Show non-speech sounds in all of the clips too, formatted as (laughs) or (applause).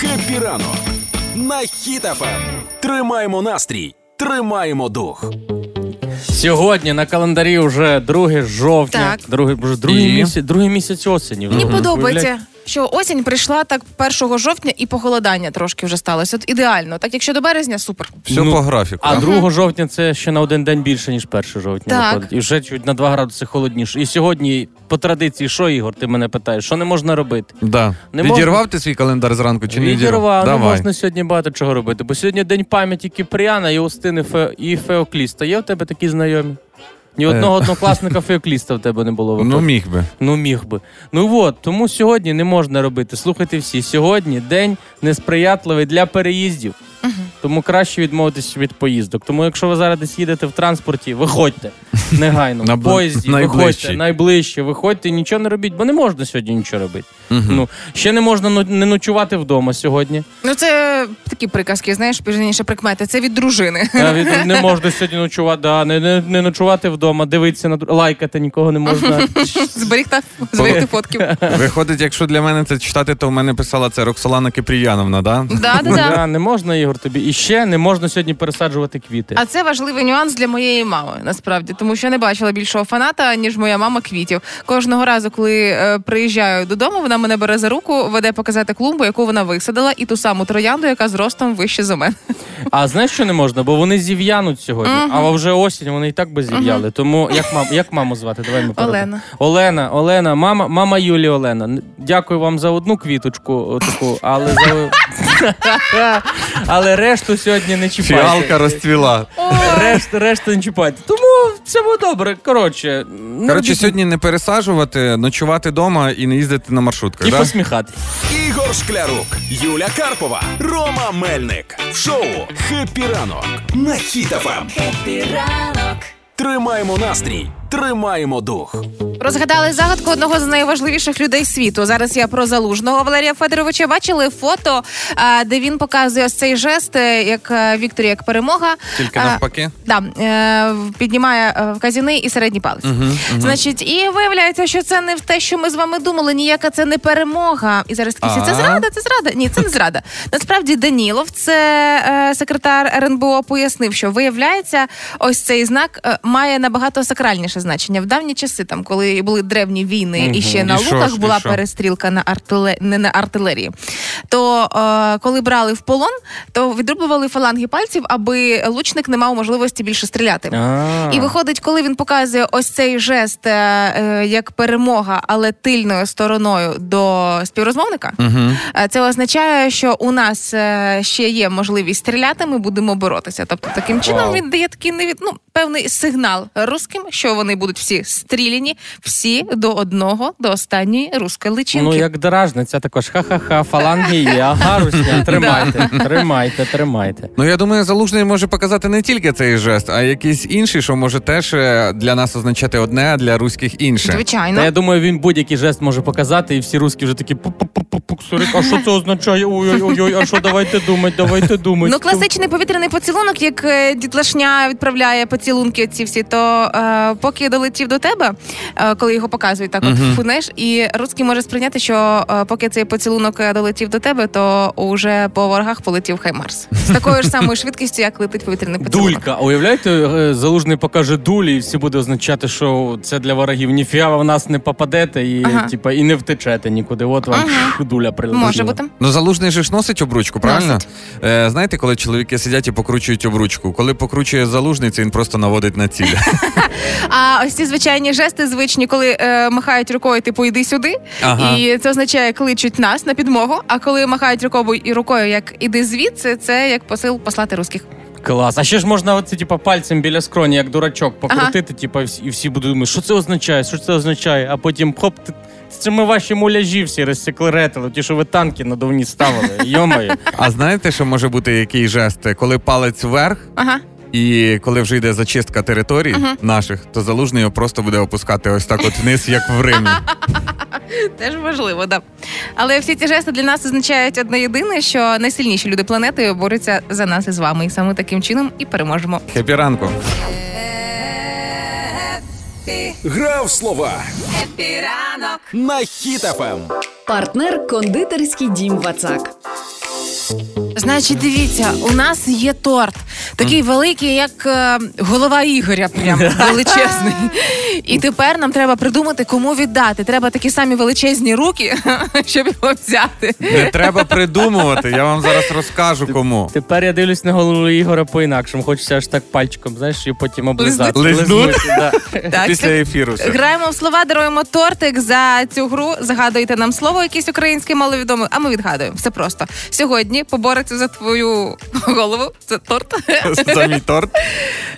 Хеппі ранок на хітафе. Тримаємо настрій, тримаємо дух. Сьогодні на календарі вже 2 жовтня, Так. другий, боже, другий, І? місяць, другий місяць осені. Мені Вже, уявляєте? подобається, що осінь прийшла так 1 жовтня і похолодання трошки вже сталося. От ідеально. Так якщо до березня, супер. Все Ну, по графіку. А 2 жовтня це ще на один день більше, ніж 1 жовтня. Так. виходить. І вже чуть на 2 градуси холодніше. І сьогодні, по традиції, що, Ігор, ти мене питаєш, що не можна робити? Да. Не відірвав ти свій календар зранку чи не відірвав? Відірвав, не Давай. ну, можна сьогодні багато чого робити. Бо сьогодні день пам'яті Кіпріана і Остини Фе... і Феокліста. Є в тебе такі знайомі? Ні одного однокласника (laughs) Феокліста в тебе не було. Е. Ну виходить. (laughs) міг би. Ну міг би. Ну от, тому сьогодні не можна робити. Слухайте всі, сьогодні день несприятливий для переїздів. Тому краще відмовитися від поїздок. Тому, якщо ви зараз десь їдете в транспорті, виходьте негайно. На В бл- поїзді, виходьте найближчий. найближче, виходьте, нічого не робіть, бо не можна сьогодні нічого робити. Ну ще не можна ну- не ночувати вдома сьогодні. Ну це такі приказки, знаєш, пізніше прикмети. Це від дружини. (laughs) Е, від- Не можна сьогодні ночувати, да, не, не, не ночувати вдома, дивитися на дру- лайкати нікого не можна. Зберігти, зберігти фотків. Виходить, якщо для мене це читати, то в мене писала це Роксолана Кипріяновна, да? Да, да, (laughs) да. Да, не можна, Ігор, тобі. І ще не можна сьогодні пересаджувати квіти. А це важливий нюанс для моєї мами, насправді, тому що я не бачила більшого фаната, ніж моя мама квітів. Кожного разу, коли е, приїжджаю додому, вона мене бере за руку, веде показати клумбу, яку вона висадила, і ту саму троянду, яка зростом вище за мене. А знаєш, що не можна? Бо вони зів'януть сьогодні. Мгм. А вже осінь вони і так би зів'яли. Тому як мам, як маму звати? Давай ми порадимо. Олена. Олена, Олена, мама, мама Юлі Олена. Н- Дякую вам за одну квіточку о, таку, але за але решту сьогодні не чіпайте. Фіалка розцвіла. Ну, Решт, решту не чіпайте. Тому все буде добре. Коротше, ну, Коротше, дійсно, сьогодні не пересаджувати, ночувати вдома і не їздити на маршрутках. і да? посміхатись. Ігор Шклярук, Юля Карпова, Рома Мельник. В шоу Хеппі ранок на хітафе. Тримаємо настрій, тримаємо дух. Розгадали загадку одного з найважливіших людей світу. Зараз я про залужного Валерія Федоровича. Бачили фото, а, де він показує ось цей жест, е, як е, Віктор, як перемога. Тільки А, навпаки. Да, е, в- піднімає е, вказівний і середній палець. Значить, і виявляється, що це не в те, що ми з вами думали. Ніяка це не перемога. І зараз такі всі, це А. зрада, це зрада. Ні, це не зрада. Насправді Данілов, це е, секретар РНБО, пояснив, що виявляється, ось цей знак е, має набагато сакральніше значення. В давні часи, там, коли були древні війни, і ще на І що луках ж, і була що? перестрілка на артиле... не на артилерії. То е, коли брали в полон, то відрубували фаланги пальців, аби лучник не мав можливості більше стріляти. А. І виходить, коли він показує ось цей жест е, е, як перемога, але тильною стороною до співрозмовника, е, це означає, що у нас е, ще є можливість стріляти, ми будемо боротися. Тобто, таким чином Вау. він дає такий невід... ну, певний сигнал русським, що вони будуть всі стріляні, всі до одного, до останньої руської личинки. Ну, як доражниця також. Ха-ха-ха, фаланги є. Ага, (laughs) Русня, тримайте, тримайте, тримайте. Ну я думаю, залужний може показати не тільки цей жест, а якийсь інший, що може теж е, для нас означати одне, а для руських інше. Звичайно. Та я думаю, він будь-який жест може показати, і всі русські вже такі «Пу-пу-пу-пу, ксурик, а що це означає? Ой-ой-ой, а що давайте думать, давайте думать. Ну, класичний повітряний поцілунок, як е, дітлашня відправляє поцілунки ці всі, то е, поки долетів до тебе, е, коли його показують, так от фунеш, і русський може сприйняти, що е, поки цей поцілунок е, долетів до тебе, то уже по ворогах полетів Хаймарс з такою ж самою швидкістю, як летить повітряний поцілунок. Дулька, а уявляєте, е, залужний покаже дулі, і всі буде означати, що це для ворогів. Ніфіга ви в нас не попадете і Ага. типа і не втечете нікуди. От вам ш- дуля прилетіла. Може бути. Ну, залужний же ж носить обручку, правильно? Носить. Е, знаєте, коли чоловіки сидять і покручують обручку. Коли покручує залужний, це він просто наводить на ціль. А ось ці звичайні жести звичні, коли е, махають рукою, типу йди сюди. Ага. І це означає, кличуть нас на підмогу. А коли махають рукою і рукою, як іди звідси, це як посил послати русських. Клас. А ще ж можна оце, типа, пальцем біля скроні, як дурачок, покрутити, типа, і всі- і всі будуть думати, що це означає, що це означає, а потім хоп, ти. Це ми ваші муляжі всі розсеклеретили, ті, що ви танки надувні ставили. Йомаю. А знаєте, що може бути який жест? Коли палець вверх, Ага. і коли вже йде зачистка територій наших, то залужний його просто буде опускати ось так от вниз, як в Римі. Теж важливо, да. Але всі ці жести для нас означають одне єдине, що найсильніші люди планети борються за нас і з вами. І саме таким чином і переможемо. Хепі ранку. Гра в слова. Хеппі ранок на Ем. хітафе. Партнер кондитерський дім Вацак. Значить, дивіться, у нас є торт, такий великий, як е, голова Ігоря, (laughs) прям величезний. І тепер нам треба придумати, кому віддати. Треба такі самі величезні руки, (laughs) щоб його взяти. Не треба придумувати, я вам зараз розкажу кому. Тепер я дивлюсь на голову Ігора по-інакшому. Хочеться аж так пальчиком, знаєш, і потім облизати. Лизнуть? да. Так. Після ефіру. все. Граємо в слова, даруємо тортик за цю гру. Загадуйте нам слово, якесь українське маловідоме, а ми відгадуємо. Все просто. Сьогодні побореться за твою голову. Це (laughs) торт. (laughs) за мій торт.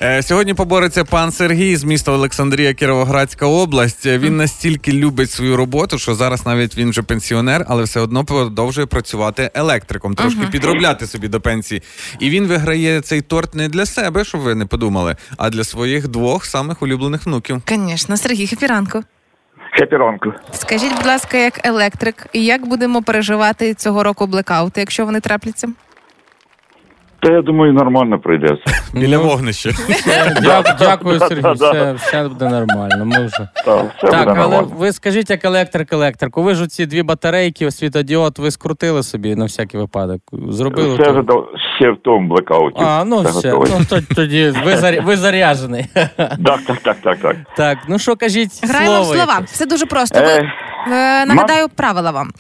Е, Сьогодні побореться пан Сергій з міста Олександрія, Кіровоградська область. Е, Він настільки любить свою роботу, що зараз навіть він вже пенсіонер, але все одно продовжує працювати електриком, трошки підробляти собі до пенсії. І він виграє цей торт не для себе, щоб ви не подумали, а для своїх двох самих улюблених внуків. Звісно, Сергій Хепіранко. Хепіронку. Скажіть, будь ласка, як електрик, як будемо переживати цього року блекаути, якщо вони трапляться? Та я думаю, нормально пройде все. Біля Ну. (laughs) вогнища. Дякую, дякую, да, Сергій. да, Все, все буде нормально. Ми вже. Та, все Так, буде але нормально. ви скажіть, як електрик електрику. Ви ж ці дві батарейки, світодіод, ви скрутили собі на всякий випадок. Зробили. Все то- ж до- ще в тому блекауті. А, ну Все все. готовий. Ну, то- тоді ви, (laughs) заря- ви заряджений. Так, так, так, так, так. (laughs) Так, ну що кажіть, Граємо слово в слова. якесь. Все дуже просто. Ви Е, е, нагадаю правила вам.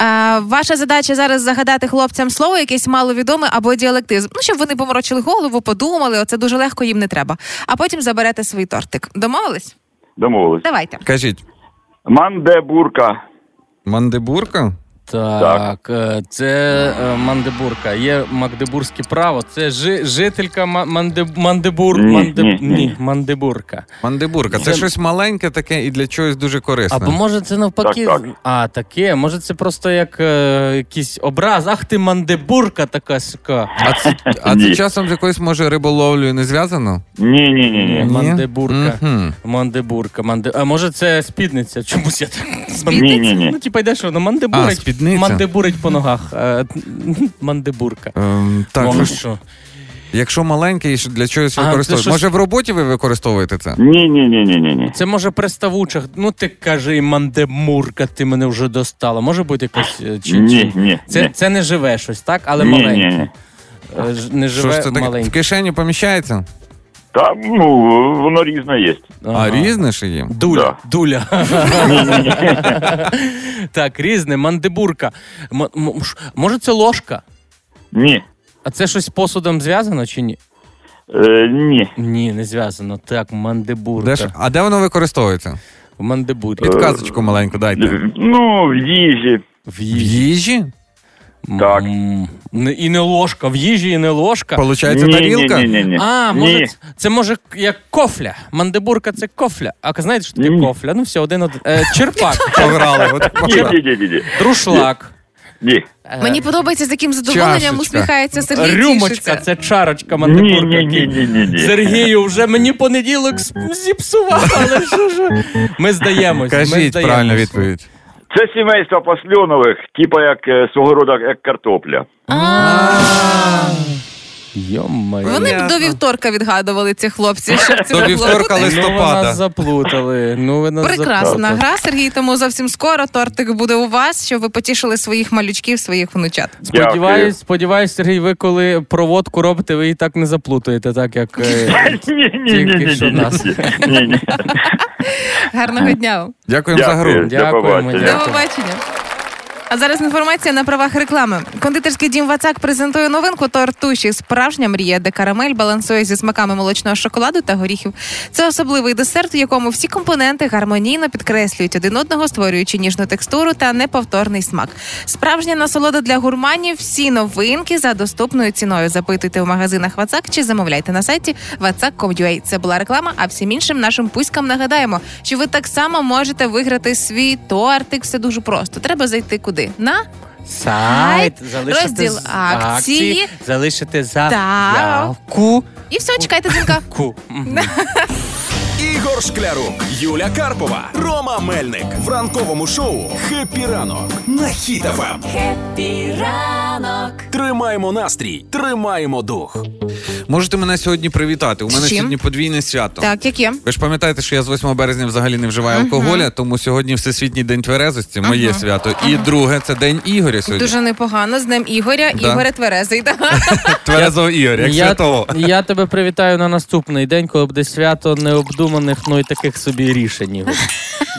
Е, ваша задача зараз загадати хлопцям слово, якесь маловідоме або діалектизм. Ну, щоб вони поморочили голову, подумали, оце дуже легко їм не треба. А потім заберете свій тортик. Домовились? домовились. Давайте. Кажіть, Мандебурка. мандибурка? Так, е, це е, Мандебурка. Є Магдебурзьке право. Це жи- жителька Ма- Манде- Мандебур. Ні, Манде- ні, ні. ні, Мандебурка. Мандибурка. Це Це- щось маленьке таке і для чогось дуже корисне. Або може це навпаки. Так, так. А, таке. Може це просто як е, якийсь образ. Ах ти Мандебурка така сяка. А це, а це Ні. часом з якоюсь може риболовлею не зв'язано? Ні, ні, ні, ні. Мандебурка. Мгм. Мандебурка. Манде... А може це спідниця? Чомусь я так. Ні, ні, ні. (laughs) Ну, типа йде що, ну А, мандебурить. спідниця. мандебурить по ногах. Е, (laughs) Мандебурка. Ем, так, Вам ви ж- Ну, що? якщо маленьке, і що- для чогось А, використовуєте. це щось- Може, в роботі ви використовуєте це? Ні, ні, ні, ні, ні, ні. Це може приставуча. Ну ти кажи, мандемурка, ти мене вже достала. Може бути якось е, чи, Ні, чи- ні, Це, ні. це не живе щось, так? Але Ні, ні, маленьке. ні. Е, ж- Не Що ж живе це таке? В маленьке. кишені поміщається? Та ну воно різне є. А Ага. різне ж є. Дуля, Да. дуля. (laughs) так, різне, мандебурка. М- м- ш- може, це ложка? Ні. А це щось з посудом зв'язано чи ні? Е, ні. Ні, не зв'язано. Так, мандебурка. Де ж- а де воно використовується? В мандебурі. Підказочку маленьку Е, дайте. Ну, в їжі. В В їжі. їжі? Так. М, не- І не ложка. В їжі і не ложка. Получається тарілка? Ні, ні, ні, ні. А, може, ні. це, це може к- як кофля. Мандебурка це кофля. А знаєте, що таке Ні. кофля? Ну все, один один. Е, (laughs) черпак, (laughs) Пограли. От Ні, пограли. ні, ні, ні, ні. друшлак. Ні. е, Мені подобається, з яким задоволенням Чашечка. усміхається Сергій. рюмочка, тішиться. це чарочка Ні, мандебурка. ні, ні, ні, ні, ні. Сергію, вже мені понеділок сп- (laughs) зіпсував, але що ж. Ми здаємось. ми Кажіть здаємось. правильну відповідь. Це сімейство пасльонових, типа як е, свого роду як картопля. Йомай. Вони б Понятно. до вівторка відгадували ці хлопці. Щоб це До не було. Ну, вівторка ви нас листопада. заплутали. Ну, ви нас Прекрасна заплутали. гра, Сергій. Тому зовсім скоро тортик буде у вас, щоб ви потішили своїх малючків, своїх внучат. Сподіваюсь, сподіваюсь, Сергій, ви коли проводку робите, ви її так не заплутаєте, так як е, Ні, ні, ні, ні, Тільки ні, що нас. ні, ні. Гарного дня вам. Дякуємо за Дякую. гру. До Дякуємо, побачення. дякую. До побачення. А зараз інформація на правах реклами. Кондитерський дім Вацак презентує новинку тортуші. Справжня мрія, де карамель балансує зі смаками молочного шоколаду та горіхів. Це особливий десерт, в якому всі компоненти гармонійно підкреслюють один одного, створюючи ніжну текстуру та неповторний смак. Справжня насолода для гурманів. Всі новинки за доступною ціною. Запитуйте у магазинах Вацак чи замовляйте на сайті vatsak.com.ua. Це була реклама. А всім іншим нашим пуськам нагадаємо, що ви так само можете виграти свій тортик. Все дуже просто. Треба зайти куди на сайт, залишити розділ з- акції. залишити Так. заявку. і все. Чекайте дзвінка. Ку. Мгм. Ігор Шклярук, Юля Карпова, Рома Мельник в ранковому шоу «Хеппі ранок» на Ем. хітафам. Happy Rock. Тримаємо настрій, тримаємо дух. Можете мене сьогодні привітати. У мене З чим? сьогодні подвійне свято. Так, яке? Ви ж пам'ятаєте, що я з 8 березня взагалі не вживаю алкоголя, тому сьогодні Всесвітній день тверезості, моє свято. І друге це день Ігоря сьогодні. Дуже непогано. З ним Ігоря. Да. Ігоря Тверезий. да. (laughs) Тверезого Ігоря, як я, святого. я тебе привітаю на наступний день, коли буде свято необдуманих, ну і таких собі рішень. (laughs) Ігор.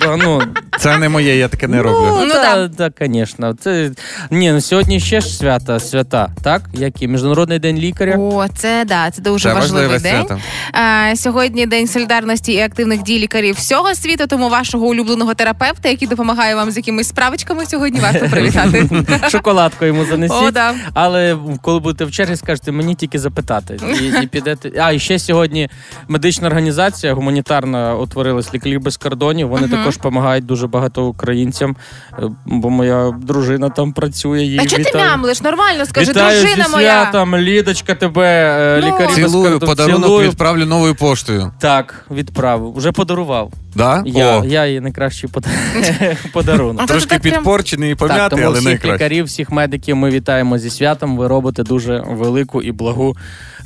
Да, ну, Це не моє, я таке не роблю. ну, Ну, та, та, звісно. Це... Ні, ну сьогодні ще ж свята, свята, так? Які? Міжнародний день лікаря. О, це да, це дуже Це важливий важливе день. свято. А, сьогодні день солідарності і активних дій лікарів всього світу. Тому вашого улюбленого терапевта, який допомагає вам з якимись справочками, сьогодні (laughs) варто привітати. Шоколадку йому занесіть. О, да. Але коли будете в черзі, скажете, мені тільки запитати. І, і підете. А, і ще сьогодні медична організація гуманітарна утворилась лікарі без кордонів. Вони також допомагають дуже багато українцям, е, бо моя дружина там працює. Її А чого ти вітаю. мямлиш? Нормально скажи, Вітаю дружина зі моя. святом, Лідочка тебе, е, Ну. лікарі без Цілую, кордонів. подарунок Цілую. відправлю новою поштою. Так, відправив. Вже подарував. Да? Я, О, я їй найкращий пода- (laughs) подарунок. Ну, то ти трошки так прям- підпорчений і Так, пом'ятий, тому але всіх найкраще. лікарів, всіх медиків ми вітаємо зі святом. Ви робите дуже велику і благу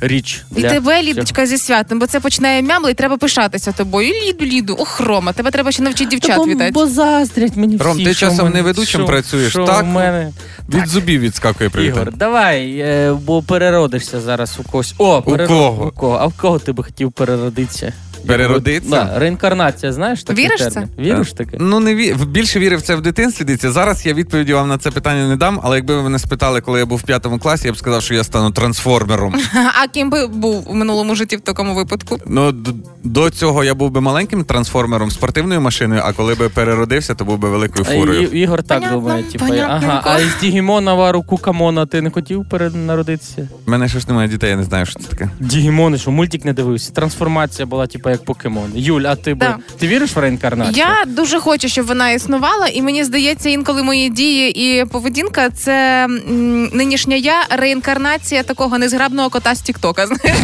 річ. І для тебе, всіх. Лідочка, зі святом, бо це починає мямли, і треба пишатися тобою. І Ліду, Ліду, ох, Рома, тебе треба ще навчити Та дівчат бо, вітати. бо заздрять мені Ром, всі, ти що часом в мене- не ведучим що- працюєш, що так? в мене. Від зубів відскакує Ігор, привітання. давай, е, бо переродишся зараз у когось. О, переро- кого? у кого? А в кого ти би хотів переродитися? Переродитися? Да, реінкарнація, знаєш такий Віриш термін? Віриш таке? Ну не ві... в- більше вірив це в дитинстві. Дивіться, зараз я відповіді вам на це питання не дам, але якби ви мене спитали, коли я був в п'ятому класі, я б сказав, що я стану трансформером. (laughs) А ким би був у минулому житті в такому випадку? Ну д- до цього я був би маленьким трансформером спортивною машиною, а коли би переродився, то був би великою А, фурою. І- Ігор так Понятно, думає, типу, понятненько. ага, а із Дігімонова руку Камона ти не хотів перенародитися? У мене ще ж немає дітей, я не знаю, що це таке. Дігімони, що мультик не дивився. Трансформація була, типу, як покемон. Юль, а ти б- Да. ти віриш в реінкарнацію? Я дуже хочу, щоб вона існувала, і мені здається, інколи мої дії і поведінка це м, нинішня я реінкарнація такого незграбного кота з Тіктока. Знаєш,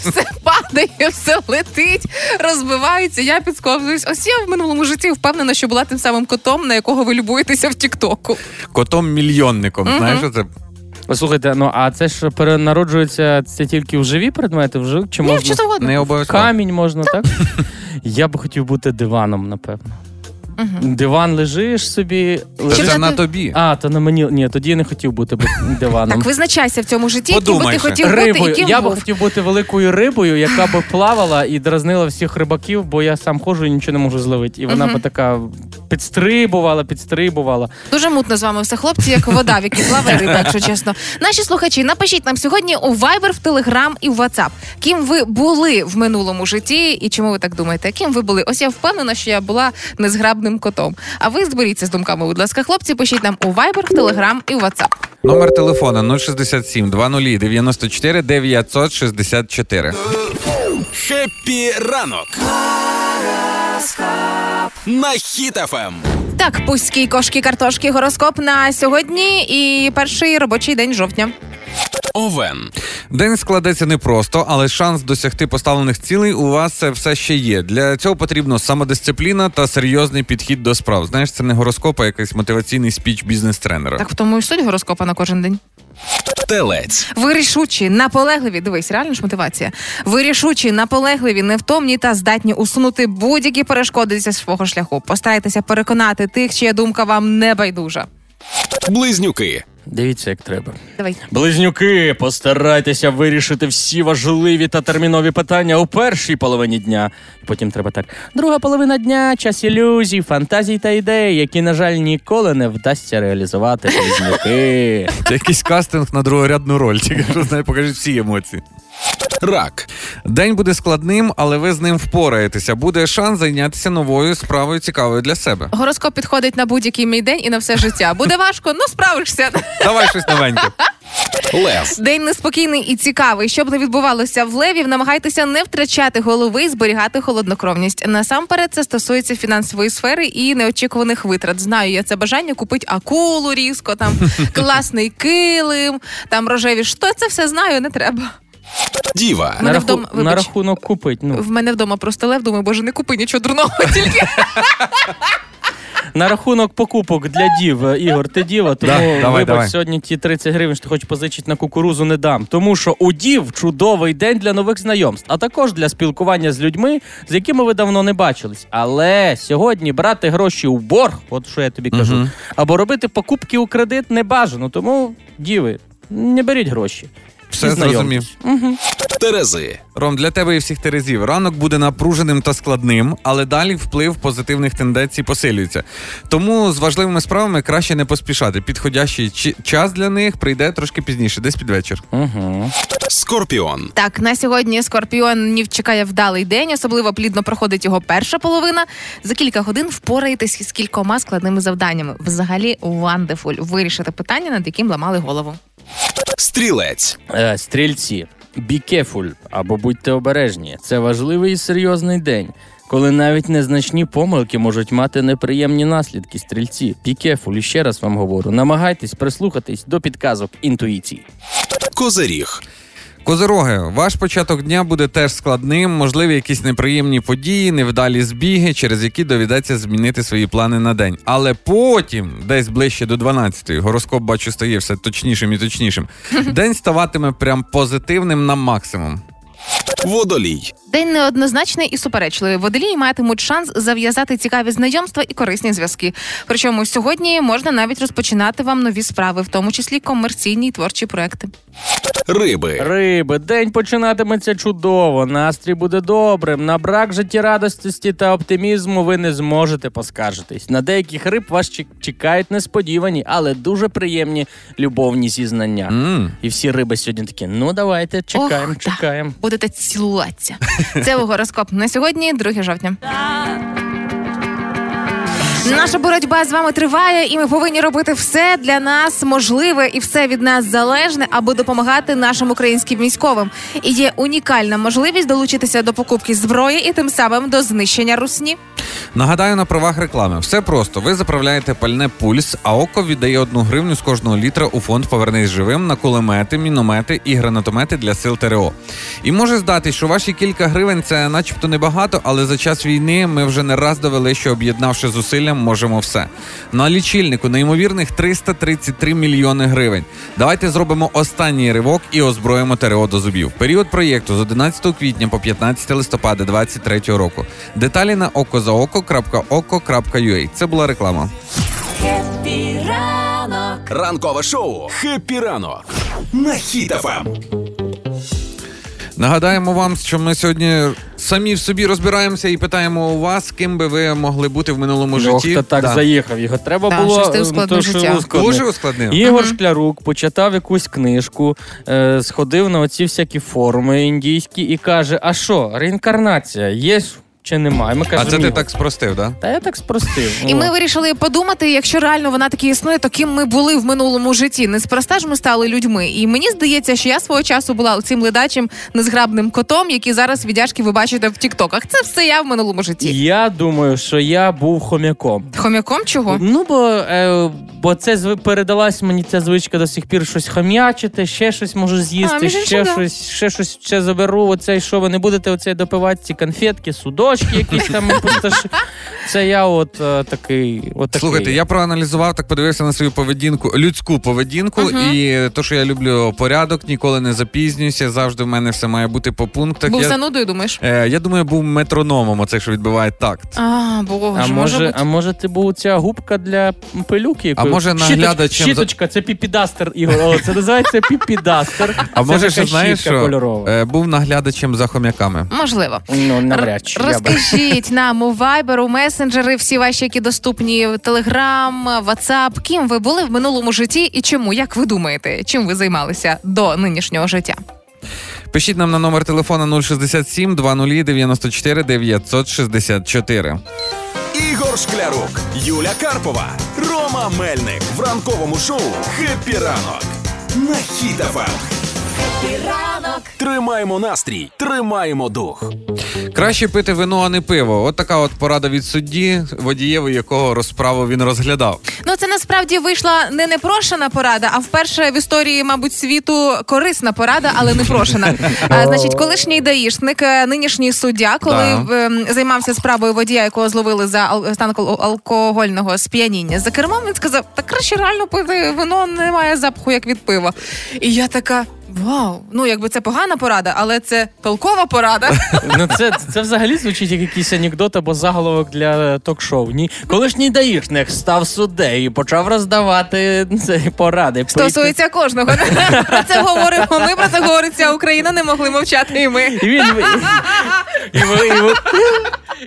все падає, все летить, розбивається. Я підсковзуюсь. Ось я в минулому житті впевнена, що була тим самим котом, на якого ви любуєтеся в Тіктоку. Котом мільйонником. Знаєш, що це Слухайте, ну а це ж перенароджується це тільки в живі предмети, в жив чи Ні, можна? що завгодно. не обов'язково. Камінь можна, так? (laughs) Я би хотів бути диваном, напевно. Мгм. Диван лежиш собі. Та лежиш- Це Чи на ти- тобі. А, то на мені. Ні, тоді я не хотів бути б- диваном. Так, визначайся в цьому житті, яким би Подумай ти ще. хотів бути, Рибою. яким Я би був. хотів бути великою рибою, яка би плавала і дразнила всіх рибаків, бо я сам ходжу і нічого не можу зловити. І вона Мгм. би така підстрибувала, підстрибувала. Дуже мутно з вами все, хлопці, як вода, в якій плаває риба, якщо чесно. Наші слухачі, напишіть нам сьогодні у Viber, в Telegram і в WhatsApp. Ким ви були в минулому житті і чому ви так думаєте? Ким ви були? Ось я впевнена, що я була незграбним котом. А ви зберіться з думками, будь ласка, хлопці, пишіть нам у Viber, в Telegram і в WhatsApp. Номер телефона 067 20 94 964. Хеппі ранок. На Ем. хітафем. Так, пуські кошки, картошки, гороскоп на сьогодні і перший робочий день жовтня. Овен. День складеться непросто, але шанс досягти поставлених цілей у вас е, все ще є. Для цього потрібно самодисципліна та серйозний підхід до справ. Знаєш, це не гороскоп, а якийсь мотиваційний спіч бізнес-тренера. Так в тому і суть гороскопа на кожен день. Телець. Ви рішучі, наполегливі. Дивись, реально ж мотивація. Ви рішучі, наполегливі, невтомні та здатні усунути будь-які перешкоди зі свого шляху. Постарайтеся переконати тих, чия думка вам не байдужа. Близнюки. Дивіться, як треба. Давай. Близнюки, постарайтеся вирішити всі важливі та термінові питання у першій половині дня. Потім треба так. Друга половина дня час ілюзій, фантазій та ідей, які, на жаль, ніколи не вдасться реалізувати. Близнюки. Це якийсь кастинг на другорядну роль. Тільки що знає, покажіть всі емоції. Рак. День буде складним, але ви з ним впораєтеся. Буде шанс зайнятися новою справою цікавою для себе. Гороскоп підходить на будь-який мій день і на все життя. Буде важко, ну справишся. Давай щось новеньке. Лев. День неспокійний і цікавий. Щоб не відбувалося в левів, намагайтеся не втрачати голови і зберігати холоднокровність. Насамперед, це стосується фінансової сфери і неочікуваних витрат. Знаю я це бажання купити акулу різко, там класний килим, там рожеві. Що це все знаю, не треба. Діва. Мене На, вдома- раху... на вибач. рахунок купить. Ну. (laughs) В мене вдома просто лев. Думаю, боже, не купи нічого дурного. Тільки На рахунок покупок для дів, е, Ігор, ти діва, тому Да, давай, вибач, давай. сьогодні ті 30 гривень, що ти хочеш позичити на кукурузу, не дам. Тому що у дів чудовий день для нових знайомств, а також для спілкування з людьми, з якими ви давно не бачились. Але сьогодні брати гроші у борг, от що я тобі кажу, або робити покупки у кредит не бажано. Тому, діви, не беріть гроші. Все І знайомтесь. зрозумів. Терези. Ром, для тебе і всіх терезів. Ранок буде напруженим та складним, але далі вплив позитивних тенденцій посилюється. Тому з важливими справами краще не поспішати. Підходящий чи- час для них прийде трошки пізніше, десь під вечір. Угу. Скорпіон. Так, на сьогодні скорпіонів чекає вдалий день, особливо плідно проходить його перша половина. За кілька годин впораєтесь з кількома складними завданнями. Взагалі, wonderful. вирішити питання, над яким ламали голову. Стрілець. Е, стрільці, be careful, або будьте обережні. Це важливий і серйозний день, коли навіть незначні помилки можуть мати неприємні наслідки. Стрільці, be careful, і ще раз вам говорю, намагайтесь прислухатись до підказок інтуїції. Козиріг. Козироги, ваш початок дня буде теж складним, можливі якісь неприємні події, невдалі збіги, через які доведеться змінити свої плани на день. Але потім, десь ближче до 12-ї, гороскоп бачу стає все точнішим і точнішим. День ставатиме прям позитивним на максимум. Водолій. День неоднозначний і суперечливий. Водолії матимуть шанс зав'язати цікаві знайомства і корисні зв'язки. Причому сьогодні можна навіть розпочинати вам нові справи, в тому числі комерційні і творчі проекти. Риби. Риби, день починатиметься чудово, настрій буде добрим. На брак життєрадостості та оптимізму ви не зможете поскаржитись. На деяких риб вас чек- чекають несподівані, але дуже приємні любовні зізнання. м І всі риби сьогодні такі: ну давайте, чекаємо, Ох, да. чекаємо. Будете цілуватися. Це гороскоп на сьогодні, 2 жовтня. Наша боротьба з вами триває, і ми повинні робити все для нас можливе і все від нас залежне, аби допомагати нашим українським військовим. І є унікальна можливість долучитися до покупки зброї і тим самим до знищення русні. Нагадаю на правах реклами. Все просто. Ви заправляєте пальне пульс, а око віддає одну гривню з кожного літра у фонд Повернись живим на кулемети, міномети і гранатомети для сил ТРО. І може здатись, що ваші кілька гривень це начебто небагато, але за час війни ми вже не раз довели, що об'єднавши зусилля, можемо все. На лічильнику неймовірних 333 мільйони гривень. Давайте зробимо останній ривок і озброїмо ТРО до зубів. Період проєкту з 11 квітня по 15 листопада 2023 року. Деталі на okozaoko.oko.ua. Це була реклама. Ранкове шоу. Хеппі ранок. На Ем. хітафам. Нагадаємо вам, що ми сьогодні самі в собі розбираємося і питаємо у вас, ким би ви могли бути в минулому Ох, житті. та Ну, так Да. заїхав. Його треба Да, було щось ти ем, ускладнив то, що життя. ускладнив. Дуже ускладнив. Ігор Шклярук почитав якусь книжку, е, сходив на оці всякі форуми індійські і каже: А що, реінкарнація є ж чи немає? Ми А кажемо, це ти «Ні». так спростив, да? Та я так спростив. І О. ми вирішили подумати, якщо реально вона таки існує, то ким ми були в минулому житті. Неспроста ж ми стали людьми. І мені здається, що я свого часу була цим ледачим незграбним котом, який зараз відяшки ви бачите в тіктоках. Це все я в минулому житті. Я думаю, що я був хом'яком. Хом'яком чого? Ну, бо, е, бо це зв... передалась мені ця звичка до сих пір щось хам'ячити, ще щось можу А, з'їсти, між ще іншим, да. щось, ще щось ще заберу. Оце і що ви не будете оце допивати, ці конфетки, судочки якісь (laughs) там. і пустоші. Це я от е, такий. От такий. Слухайте, я проаналізував, так подивився на свою поведінку, людську поведінку, і то, що я люблю порядок, ніколи не запізнююся. Завжди в мене все має бути по пунктах. Був я, занудою, думаєш? е, я думаю, був метрономом, оце що відбиває такт. А, боже, А може може, бути. а може, ти був ця губка для пилюки? А може, наглядачем за- Щіточка, це піпідастер, Ігор. О, це називається піпідастер. А це може, така ще знаєш, щітка що кольорова. е, був наглядачем за хом'яками. Можливо. Ну, навряд чи. Р- я би. Розкажіть нам у Viber, у месенджери, всі ваші, які доступні, Telegram, WhatsApp, ким ви були в минулому житті і чому, як ви думаєте, чим ви займалися до нинішнього життя? Пишіть нам на номер телефона 067 20 94 964. Ігор Шклярук, Юля Карпова, Рома Мельник в ранковому шоу Хеппі ранок на Ем. хітафам. Тримаємо настрій, тримаємо дух. Краще пити вино, а не пиво. От така от порада від судді, водієві якого розправу він розглядав. Ну це насправді вийшла не непрошена порада, а вперше в історії, мабуть, світу корисна порада, але непрошена. А, значить, колишній даїшник, е, нинішній суддя, коли Да. ем, займався справою водія, якого зловили за ал- стан кол- алкогольного сп'яніння за кермом, він сказав: так краще реально пити вино не має запаху, як від пива. І я така. Вау, ну якби це погана порада, але це толкова порада. (laughs) Ну, це, це взагалі звучить як якийсь анекдот або заголовок для е, ток-шоу. Ні, колишній даїшник став суддею і почав роздавати це, поради. Стосується кожного. (laughs) Про це говоримо ми, про це говорить вся Україна, не могли мовчати і ми. І він ви- і, ви- і, ви-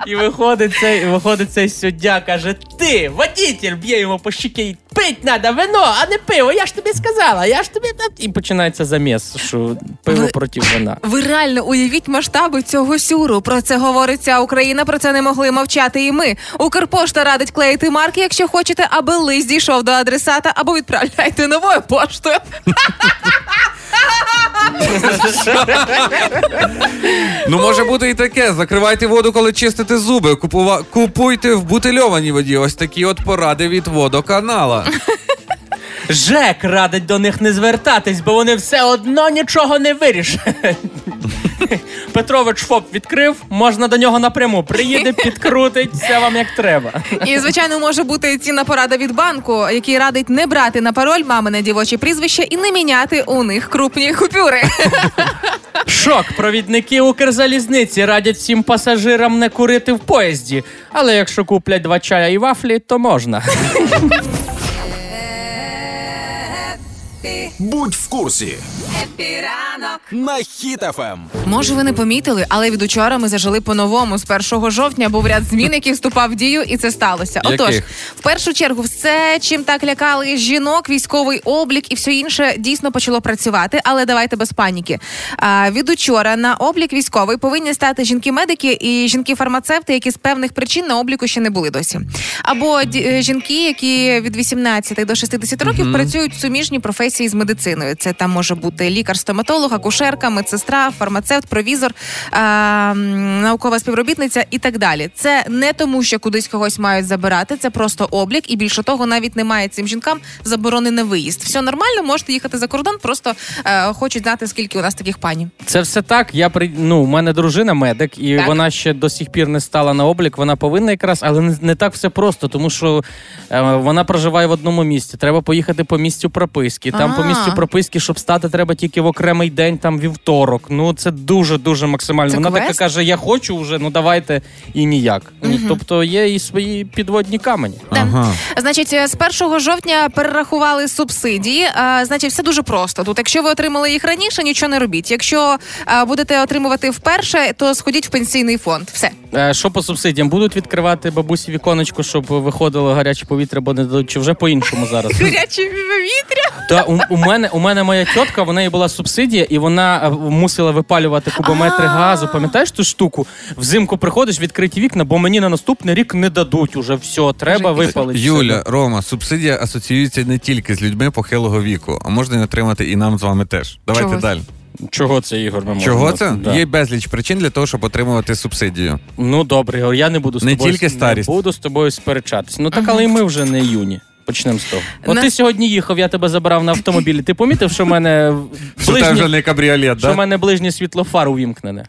і виходить цей, і виходить цей суддя, каже: Ти, водитель, б'є його по щеки, і пить треба вино, а не пиво. Я ж тобі сказала, я ж тобі. І починається заміс, що пиво Ви- проти вина. Ви реально уявіть масштаби цього сюру. Про це говориться Україна. Про це не могли мовчати і ми. Укрпошта радить клеїти марки, якщо хочете, аби лист дійшов до адресата, або відправляйте новою поштою. Ну може бути і таке. Закривайте воду, коли чистите зуби. Купува... Купуйте в бутильованій воді. Ось такі от поради від водоканала. Жек радить до них не звертатись, бо вони все одно нічого не вирішать. Петрович ФОП відкрив, можна до нього напряму. Приїде, підкрутить, все вам як треба. І звичайно може бути і цінна порада від банку, який радить не брати на пароль мамине дівоче прізвище і не міняти у них крупні купюри. Шок. Провідники Укрзалізниці радять всім пасажирам не курити в поїзді. Але якщо куплять два чая і вафлі, то можна. Будь в курсі. На Хіт Ем. ФМ. Може, ви не помітили, але від учора ми зажили по-новому. З 1 жовтня був ряд змін, який вступав в дію, і це сталося. Яких? Отож, в першу чергу, все, чим так лякали жінок, військовий облік і все інше дійсно почало працювати. Але давайте без паніки. А, від учора на облік військовий повинні стати жінки-медики і жінки-фармацевти, які з певних причин на обліку ще не були досі. Або ді- е, жінки, які від 18 до 60 років працюють в суміжній професії з медициною. Це там може бути лікар-стоматолог, акушерка, медсестра, фармацевт, провізор, е, м, наукова співробітниця і так далі. Це не тому, що кудись когось мають забирати, це просто облік, і більше того, навіть немає цим жінкам заборони на виїзд. Все нормально, можете їхати за кордон, просто е, хочуть знати, скільки у нас таких пані. Це все так. Я при ну, у мене дружина медик, і Так. вона ще до сих пір не стала на облік. Вона повинна якраз, але не, не так все просто, тому що е, вона проживає в одному місті. Треба поїхати по місцю прописки. Там по А. місцю прописки, щоб стати, треба тільки в окремий день, там вівторок. Ну це дуже дуже максимально. Це вона квест? така каже: Я хочу вже, ну давайте і ніяк. Мгм. Тобто є і свої підводні камені. Да. Значить, е, з 1 жовтня перерахували субсидії. Е, Значить, все дуже просто. Тут, якщо ви отримали їх раніше, нічого не робіть. Якщо е, будете отримувати вперше, то сходіть в пенсійний фонд. Все Е, Що по субсидіям? Будуть відкривати бабусі віконечко, щоб виходило гаряче повітря, бо не дадуть, чи вже по-іншому зараз. гаряче повітря. Та у, у мене у мене моя тітка, в неї була субсидія, і вона е, мусила випалювати кубометри А. газу. Пам'ятаєш ту штуку? Взимку приходиш, відкриті вікна, бо мені на наступний рік не дадуть уже все, треба Вже випалити. Юля, Рома, субсидія асоціюється не тільки з людьми похилого віку, а можна й отримати і нам з вами теж. Давайте Чого? далі. чого це Ігор? Ми можемо? Чого це? Да. Є безліч причин для того, щоб отримувати субсидію. Ну добре, Ігор, я не буду з Не тобою тільки старість. Не буду з тобою сперечатись. Ну так, але і ми вже не юні. Почнемо з того. От На- ти сьогодні їхав, я тебе забрав на автомобілі. Ти помітив, що в мене Що ближні... це вже не кабріолет, Що в да? мене ближнє світло фар увімкнене.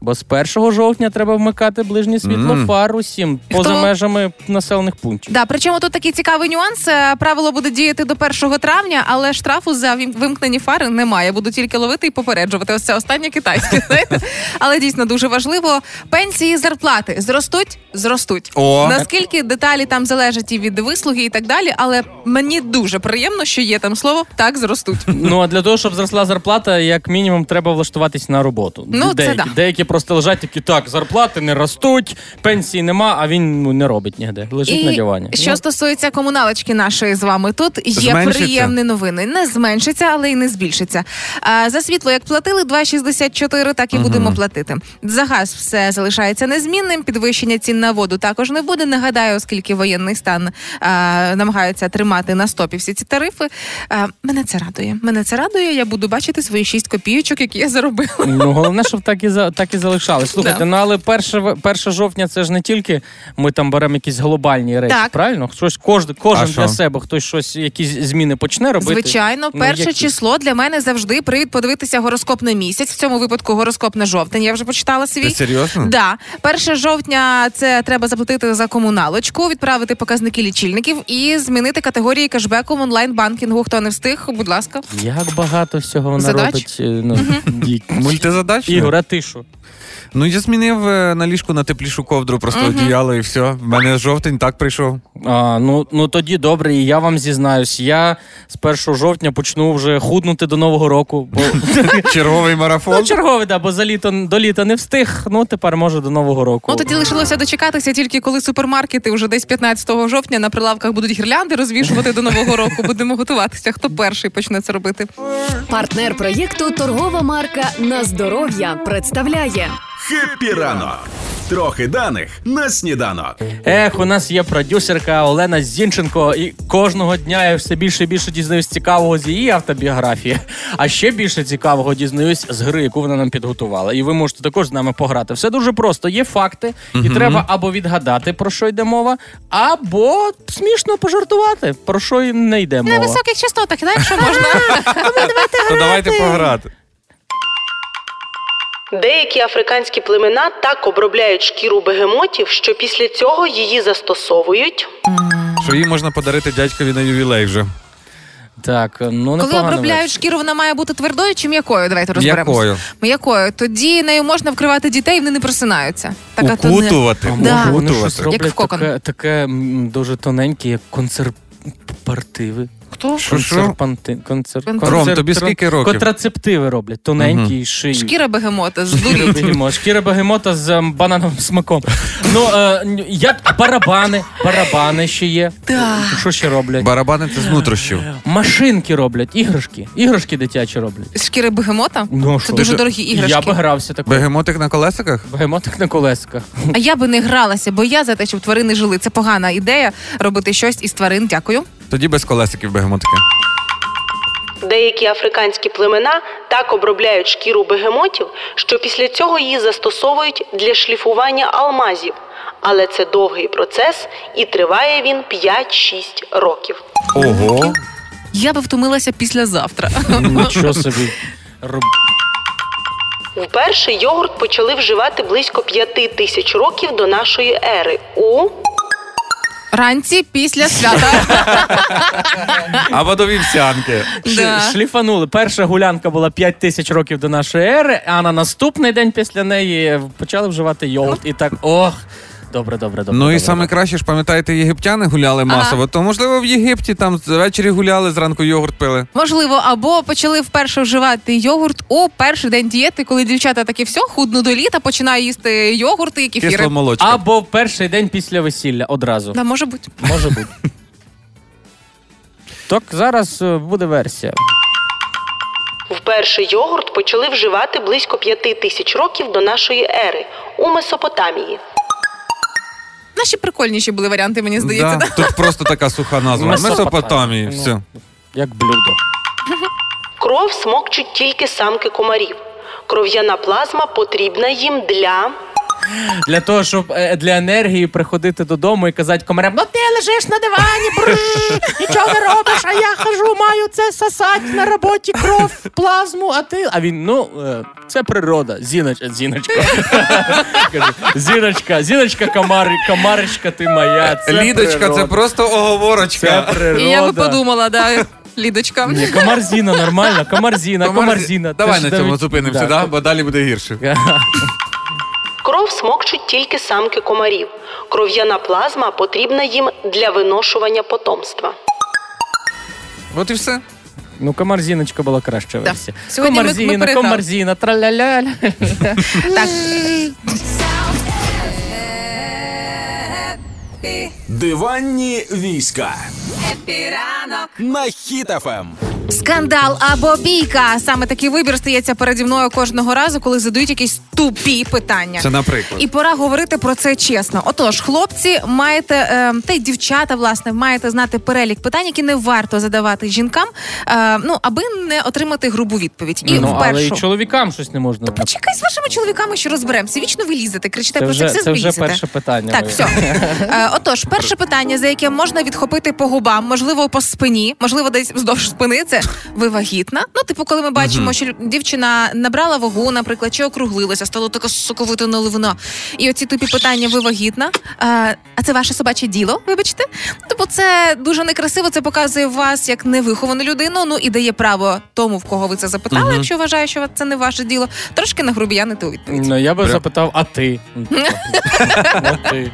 Бо з 1 жовтня треба вмикати ближнє світло Мм. фар усім І в поза тому- межами населених пунктів. Да, причому тут такий цікавий нюанс. Е, Правило буде діяти до 1 травня, але штрафу за вім- вимкнені фари немає. Буду тільки ловити і попереджувати. Ось це останнє китайське. (laughs) Знаєте, але дійсно дуже важливо. Пенсії, зарплати зростуть, зростуть. О, Наскільки деталі там залежать і від вислуги, і так далі, але мені дуже приємно, що є там слово так зростуть. Ну а для того, щоб зросла зарплата, як мінімум, треба влаштуватись на роботу. Ну, це деякі, да. деякі просто лежать такі, так, зарплати не ростуть, пенсії нема, а він ну, не робить ніде. Лежить на дивані. що Ну, стосується комуналочки нашої з вами, тут є Зменшиться? приємні новини. Не зменшиться, але й не збільшиться. А, за світло як платили 2,64, так і будемо платити. За газ все залишається незмінним. Підвищення цін на воду також не буде. Нагадаю, оскільки воєнний стан а, намагаються тримати на стопі всі ці тарифи. А, мене це радує. Мене це радує. Я буду бачити свої 6 копійочок, які я заробила. Ну, головне, щоб так і за так і і залишались. Слухайте, Да. ну але 1 жовтня це ж не тільки ми там беремо якісь глобальні речі, Так. правильно? Щось кожен, кожен А що? для себе хтось щось, якісь зміни почне робити. Звичайно, Ну, перше які? число для мене завжди привід подивитися гороскоп на місяць. В цьому випадку гороскоп на жовтень. Я вже почитала Ти свій. серйозно? Да, перше жовтня це треба заплатити за комуналочку, відправити показники лічильників і змінити категорії кешбеку в онлайн банкінгу. Хто не встиг, будь ласка. Як багато всього вона Задач? робить. е, Ну, дій. Мультизадачно? Ігор, а ти що? Ну я змінив е, на ліжку на теплішу ковдру, просто одіяло і все. В мене жовтень так прийшов. А, ну, ну тоді добре, і я вам зізнаюсь. Я з 1 жовтня почну вже худнути до Нового року. Бо Черговий ну, (laughs) марафон. черговий, да, бо (laughs) за літо до літа не встиг. Ну тепер може до Нового року. Ну тоді лишилося дочекатися тільки коли супермаркети вже десь 15 жовтня на прилавках будуть гірлянди розвішувати до нового року. Будемо готуватися. Хто перший почне це робити? Партнер проєкту торгова марка На здоров'я представляє Хеппі ранок. Трохи даних на сніданок. Ех, у нас є продюсерка Олена Зінченко, і кожного дня я все більше і більше дізнаюсь цікавого з її автобіографії. А ще більше цікавого дізнаюсь з гри, яку вона нам підготувала. І ви можете також з нами пограти. Все дуже просто. Є факти, і треба або відгадати про що йде мова, або смішно пожартувати, про що і не йде На мова. високих частотах, знаєш, що (laughs) можна. То давайте пограти. Деякі африканські племена так обробляють шкіру бегемотів, що після цього її застосовують. Що їй можна подарити дядькові на ювілей вже. Так, ну Коли непогано. обробляють шкіру, вона має бути твердою чи м'якою? Давайте розберемося. М'якою. М'якою. Тоді нею можна вкривати дітей, вони не просинаються. Така то не- Укутувати. Да. Може, Вони щось Укутувати. Як роблять в кокон. таке, таке м, дуже тоненьке, як концерпартиви. Хто? Що, що? Концерпанти... Концер... Ром, концерт- тобі скільки років? Контрацептиви роблять, тоненькі і шиї. Шкіра бегемота, Шкіра здуріть. бегемота. Шкіра бегемота з ем, банановим смаком. Ну, е, н- я... барабани, барабани ще є. Що ще роблять? Барабани це з нутрощів. Машинки роблять, іграшки. Іграшки дитячі роблять. З Шкіри бегемота? Ну, Це дуже дорогі іграшки. Я б грався такою. Бегемотик на колесиках? Бегемотик на колесках. А я би не гралася, бо я за те, щоб тварини жили. Це погана ідея робити щось із тварин. Дякую. Тоді без колесиків бегемотики. Деякі африканські племена так обробляють шкіру бегемотів, що після цього її застосовують для шліфування алмазів. Але це довгий процес і триває він 5-6 років. Ого. Я би втомилася (laughs) післязавтра. (laughs) Нічого собі. Роб... Вперше йогурт почали вживати близько 5 тисяч років до нашої ери у Ранці після свята. Або до вівсянки. Да. Ш- Шліфанули. Перша гулянка була 5 тисяч років до нашої ери, а на наступний день після неї почали вживати йогурт. І так, ох. Добре, добре, добре. Ну і добре. саме краще ж, пам'ятаєте, єгиптяни гуляли масово, то можливо в Єгипті там ввечері гуляли, зранку йогурт пили. Можливо, або почали вперше вживати йогурт у перший день дієти, коли дівчата таке все худну до літа, починає їсти йогурти і кефіри. Кисло молочко. Або в перший день після весілля одразу. Да, може бути. Може (laughs) бути. Так, зараз е, буде версія. Вперше йогурт почали вживати близько 5 тисяч років до нашої ери у Месопотамії. Наші прикольніші були варіанти, мені здається. Да, Да. Тут просто така суха назва. Месопотамії. Ну, Все. Як блюдо. Кров смокчуть тільки самки комарів. Кров'яна плазма потрібна їм для Для того, щоб е, для енергії приходити додому і казати комарям, ну ти лежиш на дивані, бррр, нічого не робиш, а я хожу, маю це сосать на роботі кров, плазму, а ти. А він, ну, е, це природа. Зіноч, зіночка. Кажу, зіночка, зіночка, комар, комарочка, ти моя. Це Лідочка, це природа. просто Це оговорочка. природа. І я би подумала, да, лідочка. Ні, комарзіна, нормально, комарзіна, Комар- комарзіна. Давай Ти ж на цьому навіть- зупинимося, да? бо далі буде гірше. кров смокчуть тільки самки комарів. Кров'яна плазма потрібна їм для виношування потомства. От і все. Ну, комарзіночка була краща версія. Сьогодні ми- ми комарзіна, переграли. комарзіна, траля-ля-ля. Так, Диванні війська. Хеппі ранок. На хітафем. Скандал або бійка. Саме такий вибір стається переді мною кожного разу, коли задають якісь тупі питання. Це наприклад. І пора говорити про це чесно. Отож, хлопці, маєте е, та й дівчата, власне, маєте знати перелік питань, які не варто задавати жінкам, е, ну аби не отримати грубу відповідь. І ну, але і вперше. чоловікам щось не можна. Почекай з вашими чоловіками, що розберемося. Вічно ви лізете, кричите Це про вже, сексизм. це вже лізете. перше питання. Так, моє. все. Е, Отож, перше питання, за яке можна відхопити по губам, можливо, по спині, можливо, десь вздовж спини. Це ви вагітна. Ну, типу, коли ми бачимо, що дівчина набрала вагу, наприклад, чи округлилася, стало така соковито наливно. І оці тупі питання: ви вагітна? Е, А це ваше собаче діло? Вибачте? Ну, типу, це дуже некрасиво. Це показує вас як невиховану людину. Ну і дає право тому, в кого ви це запитали, якщо вважає, що це не ваше діло. Трошки нагрубіянити у відповідь. Ну, я би Прям. запитав, а ти? Ну, (laughs) А ти?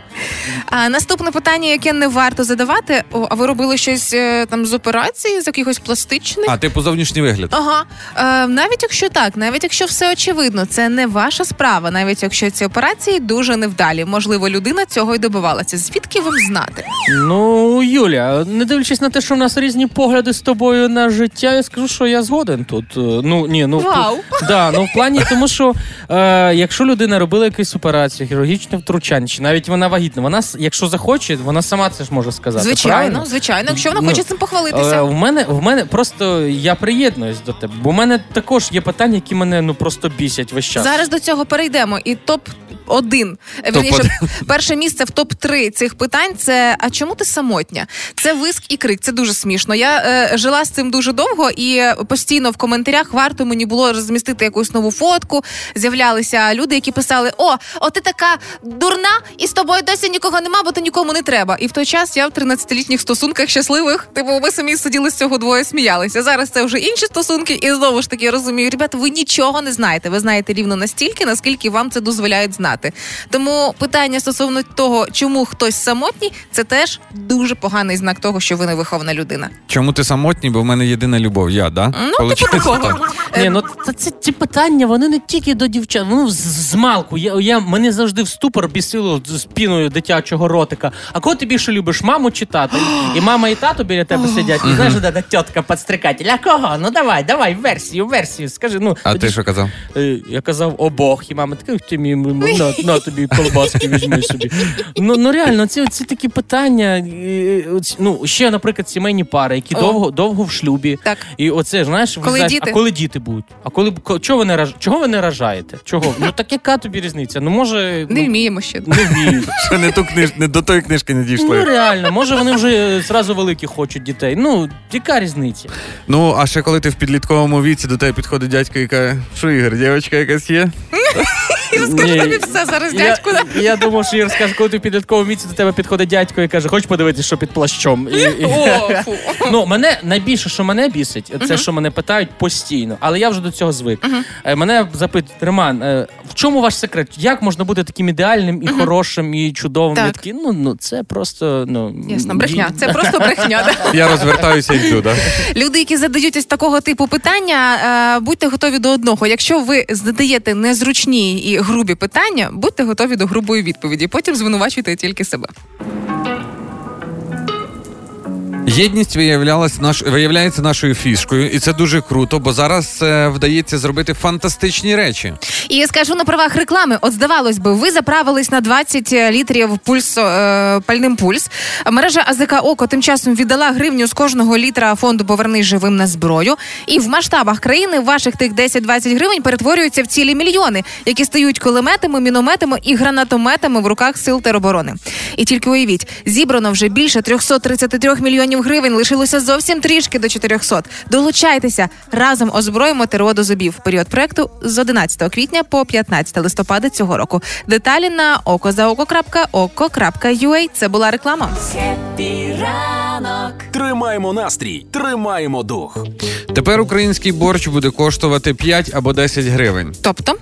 А наступне питання, яке не варто задавати. О, а ви робили щось е, там з операції, з якихось пластичних? А, типу зовнішній вигляд. Ага, е, навіть якщо так, навіть якщо все очевидно, це не ваша справа, навіть якщо ці операції дуже невдалі. Можливо, людина цього й добивалася. Звідки вам знати? Ну, Юля, не дивлячись на те, що в нас різні погляди з тобою на життя, я скажу, що я згоден тут. Е, Ну ні, ну в пл- Вау. да, ну в плані, тому що е, якщо людина робила якусь операцію, хірургічне втручання, чи навіть вона вагітна, вона с- якщо захоче, вона сама це ж може сказати. звичайно, правильно? звичайно, якщо вона Ну, хоче цим похвалитися. Але в мене в мене просто я приєднуюсь до тебе, бо в мене також є питання, які мене ну просто бісять весь час. Зараз до цього перейдемо. І топ 1 перше місце в топ 3 цих питань. Це а чому ти самотня? Це виск і крик. Це дуже смішно. Я е, жила з цим дуже довго і е, постійно в коментарях варто мені було розмістити якусь нову фотку. З'являлися люди, які писали: О, о, ти така дурна, і з тобою досі нікого нема, бо ти нікому не треба. І в той час я в 13-літніх стосунках щасливих. Типу, ми самі сиділи з цього двоє сміялися. Зараз це вже інші стосунки, і знову ж таки я розумію, ребята, ви нічого не знаєте. Ви знаєте рівно настільки, наскільки вам це дозволяють знати. Тому питання стосовно того, чому хтось самотній, це теж дуже поганий знак того, що ви не вихована людина. Чому ти самотній, бо в мене єдина любов, я, да? Ну, типу Получається такого. так. Ні, ну це, це ці питання, вони не тільки до дівчат, ну з, з малку. Я, я мене завжди в ступор бісило з з піною дитячого ротика. А кого ти більше любиш, маму чи тата? І мама і тато біля тебе сидять. І знаєш, де тітка підстрикатель. А кого? Ну давай, давай, версію, версію. Скажи, ну А ти тоді- що казав? Е, Я казав обох, і мама така, «Ух ти мій, мій, мій, на, на тобі колбаски візьми собі. Ну, ну реально, ці, ці такі питання. е, оці- ну, ще, наприклад, сімейні пари, які О. довго, довго в шлюбі. Так. І оце, знаєш, Коли знаєш, діти? а коли діти будуть? А коли б- ко- чого ви не раж... чого ви не ражаєте? Чого? Ну так яка тобі різниця? Ну може Не ну, вміємо ще. не вмію. Що не ту книж... не до тої книжки не Ну дійшли. реально, може вони вже е, зразу великі хочуть дітей. Ну, яка різниця? Ну, а ще коли ти в підлітковому віці до тебе підходить дядько і каже, що Ігор, дівчинка якась є? І розкажу Ні. тобі все зараз, Я, дядьку. я думав, що я розкажу, коли ти в підлітковому віці до тебе підходить дядько і каже, хоч подивитися, що під плащом. І, і- О, фу. Ну, мене найбільше, що мене бісить, це що мене питають постійно, але я вже до цього звик. Е, Мене запитують, Роман, е, в чому ваш секрет? Як можна бути таким ідеальним і хорошим, і чудовим? Так. Я такий, ну, ну це просто ну Ясно, ні». брехня. Це просто брехня. да. Я розвертаюся і йду, да? Люди, які задають ось такого типу питання, е, будьте готові до одного. Якщо ви задаєте незручні і грубі питання, будьте готові до грубої відповіді. Потім звинувачуйте тільки себе. Єдність виявлялась наш виявляється нашою фішкою, і це дуже круто, бо зараз е, вдається зробити фантастичні речі. І я скажу на правах реклами. От здавалось би, ви заправились на 20 літрів пульсу е, пальним пульс. Мережа АЗК Око тим часом віддала гривню з кожного літра фонду Повернись живим на зброю. І в масштабах країни ваших тих 10-20 гривень перетворюються в цілі мільйони, які стають кулеметами, мінометами і гранатометами в руках сил тероборони. І тільки уявіть, зібрано вже більше 333 мільйонів гривень. Лишилося зовсім трішки до 400. Долучайтеся разом озброїмо ТРО до зубів. Період проекту з 11 квітня по 15 листопада цього року. Деталі на okozaoko.oko.ua. Це була реклама. Тримаємо настрій, тримаємо дух. Тепер український борщ буде коштувати 5 або 10 гривень. Тобто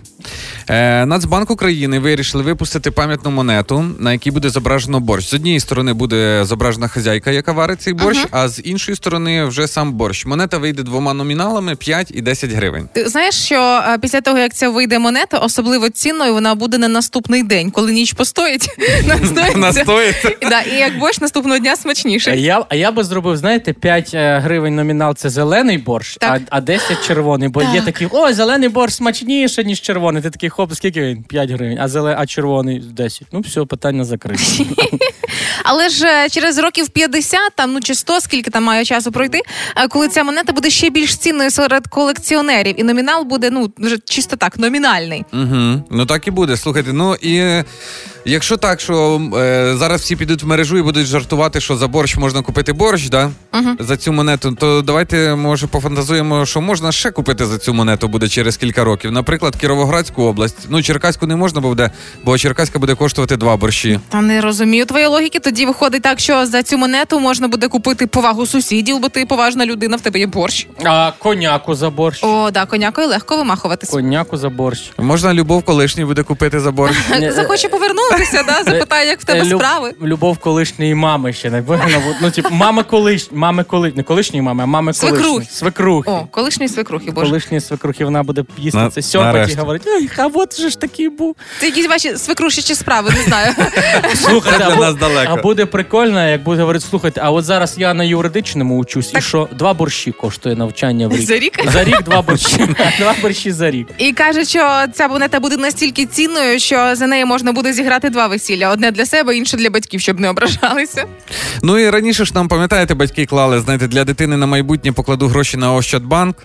Е, Нацбанк України вирішили випустити пам'ятну монету, на якій буде зображено борщ. З однієї сторони буде зображена хазяйка, яка варить цей борщ, а з іншої сторони вже сам борщ. Монета вийде двома номіналами 5 і 10 гривень. Ти знаєш, що е, після того, як ця вийде монета, особливо цінною вона буде на наступний день, коли ніч постоїть. (laughs) Настоїться. Настоїться. І, да, І як борщ наступного дня А смачніше. я, а я би зробив, знаєте, 5 е, гривень номінал це зелений борщ, а, Так. а 10 червоний. Бо є такі, о, зелений борщ смачніше, ніж червоний. Ти такий, хоп, скільки він? 5 гривень, а, зеле, а червоний 10. Ну все, питання закрите. Але ж е, через років 50, там ну чи 100, скільки там має часу пройти, е, коли ця монета буде ще більш цінною серед колекціонерів, і номінал буде ну вже чисто так, номінальний. Угу. Ну так і буде. Слухайте, ну і е, якщо так, що е, зараз всі підуть в мережу і будуть жартувати, що за борщ можна купити борщ, да? за цю монету, то давайте може пофантазуємо, що можна ще купити за цю монету буде через кілька років. Наприклад, Кіровоградську область. Ну, Черкаську не можна буде, бо Черкаська буде коштувати два борщі. Та не розумію твоєї логіки. Тоді виходить так, що за цю монету можна буде купити повагу сусідів, бо ти поважна людина, в тебе є борщ. А коняку за борщ. О, да, конякою легко вимахуватись. Коняку за борщ. Можна любов колишній буде купити за борщ. Ні, е, Захоче повернутися, да, запитає, як в тебе Е, люб- справи. Любов колишньої мами ще не Ну, типу, мами колишньої, мами коли не колишньої мами, а мами Свекрухи. колишньої. Свекрухи. О, колишній свекрухи, боже. Колишньої свекрухи вона буде їсти На- це сьопать і нарешті. говорить, ой, а от же ж такий був. Це якісь ваші свекрушечі справи, не знаю. Слухайте, для а бу- нас далеко. А буде прикольно, як буде говорити, слухайте, а от зараз я на юридичному учусь, і що два борщі коштує навчання в рік. За рік? За рік два (laughs) борщі. Два борщі за рік. І каже, що ця монета буде настільки цінною, що за неї можна буде зіграти два весілля: одне для себе, інше для батьків, щоб не ображалися. Ну і раніше ж нам пам'ятаєте, батьки клали, знаєте, для дитини на майбутнє покладу гроші на Ощадбанк,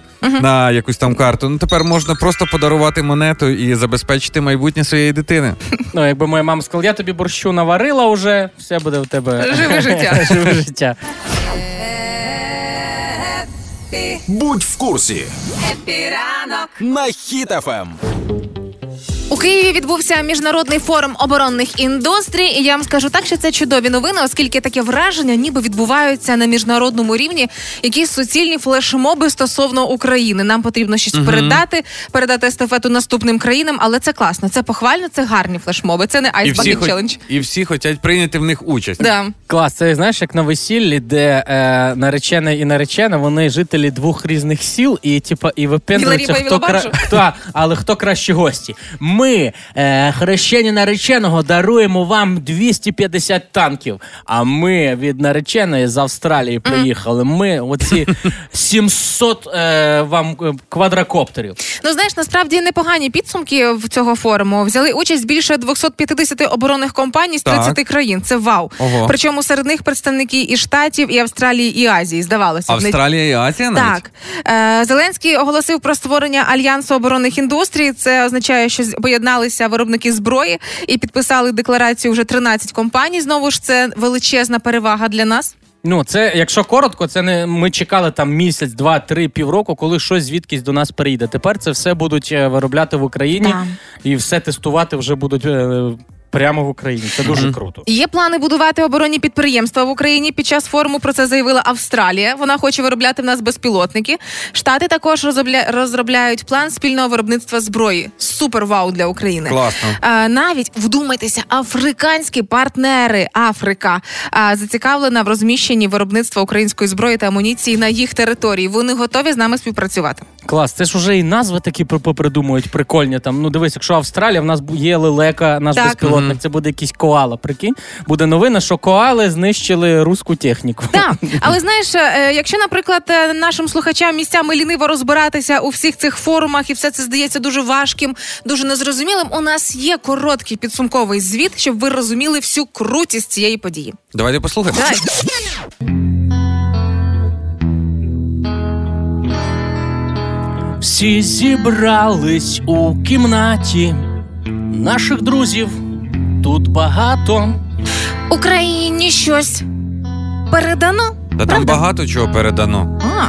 на якусь там карту. Ну тепер можна просто подарувати монету і забезпечити майбутнє своєї дитини. Ну, якби моя мама сказала, я тобі борщу наварила уже, все буде в тебе. Живе життя. (laughs) Живе життя. Будь в курсі. На Хіт Ем. ФМ. У Києві відбувся міжнародний форум оборонних індустрій, і я вам скажу так, що це чудові новини, оскільки таке враження ніби відбуваються на міжнародному рівні. Якісь суцільні флешмоби стосовно України. Нам потрібно щось передати, передати естафету наступним країнам, але це класно, це похвально, це гарні флешмоби. Це не Ice Bucket хо- Challenge. і всі хочуть прийняти в них участь. Да. Клас, це знаєш, як на весіллі, де е, наречена і наречена, вони жителі двох різних сіл, і типа і випинуються, Білоріба і хто кра... Білобаджо. хто, але хто кращі гості. Ми, е, хрещені нареченого, даруємо вам 250 танків. А ми від нареченої з Австралії приїхали. Ми (laughs) оці 700 е, вам е, квадрокоптерів. Ну знаєш, насправді непогані підсумки в цього форуму взяли участь більше 250 оборонних компаній з Так. 30 країн. Це вау. Ого. Причому серед них представники і штатів, і Австралії, і Азії. Здавалося, б, не Австралія і Азія навіть? Так, Е, Зеленський оголосив про створення альянсу оборонних індустрій. Це означає, що з- поєдналися виробники зброї і підписали декларацію вже 13 компаній. Знову ж це величезна перевага для нас. Ну, це, якщо коротко, це не ми чекали там місяць, два, три, півроку, коли щось звідкись до нас прийде. Тепер це все будуть е, виробляти в Україні Да. і все тестувати вже будуть. е, Прямо в Україні. Це дуже круто. Є плани будувати оборонні підприємства в Україні. Під час форуму про це заявила Австралія. Вона хоче виробляти в нас безпілотники. Штати також розробля... розробляють план спільного виробництва зброї. Супер вау для України. Класно. Е, навіть вдумайтеся, африканські партнери Африка е, зацікавлена в розміщенні виробництва української зброї та амуніції на їх території. Вони готові з нами співпрацювати. Клас, це ж уже і назви такі при- попридумують прикольні. Там ну дивись, якщо Австралія, в нас бу- є лелека, наш Так. безпілотник. Це буде якийсь коала. Прикинь, буде новина, що коали знищили руську техніку. Так, але знаєш, е, якщо, наприклад, е, нашим слухачам місцями ліниво розбиратися у всіх цих форумах, і все це здається дуже важким, дуже незрозумілим. У нас є короткий підсумковий звіт, щоб ви розуміли всю крутість цієї події. Давайте послухаємо. Давай. Всі зібрались у кімнаті. Наших друзів тут багато. Україні щось передано. Та там багато чого передано. А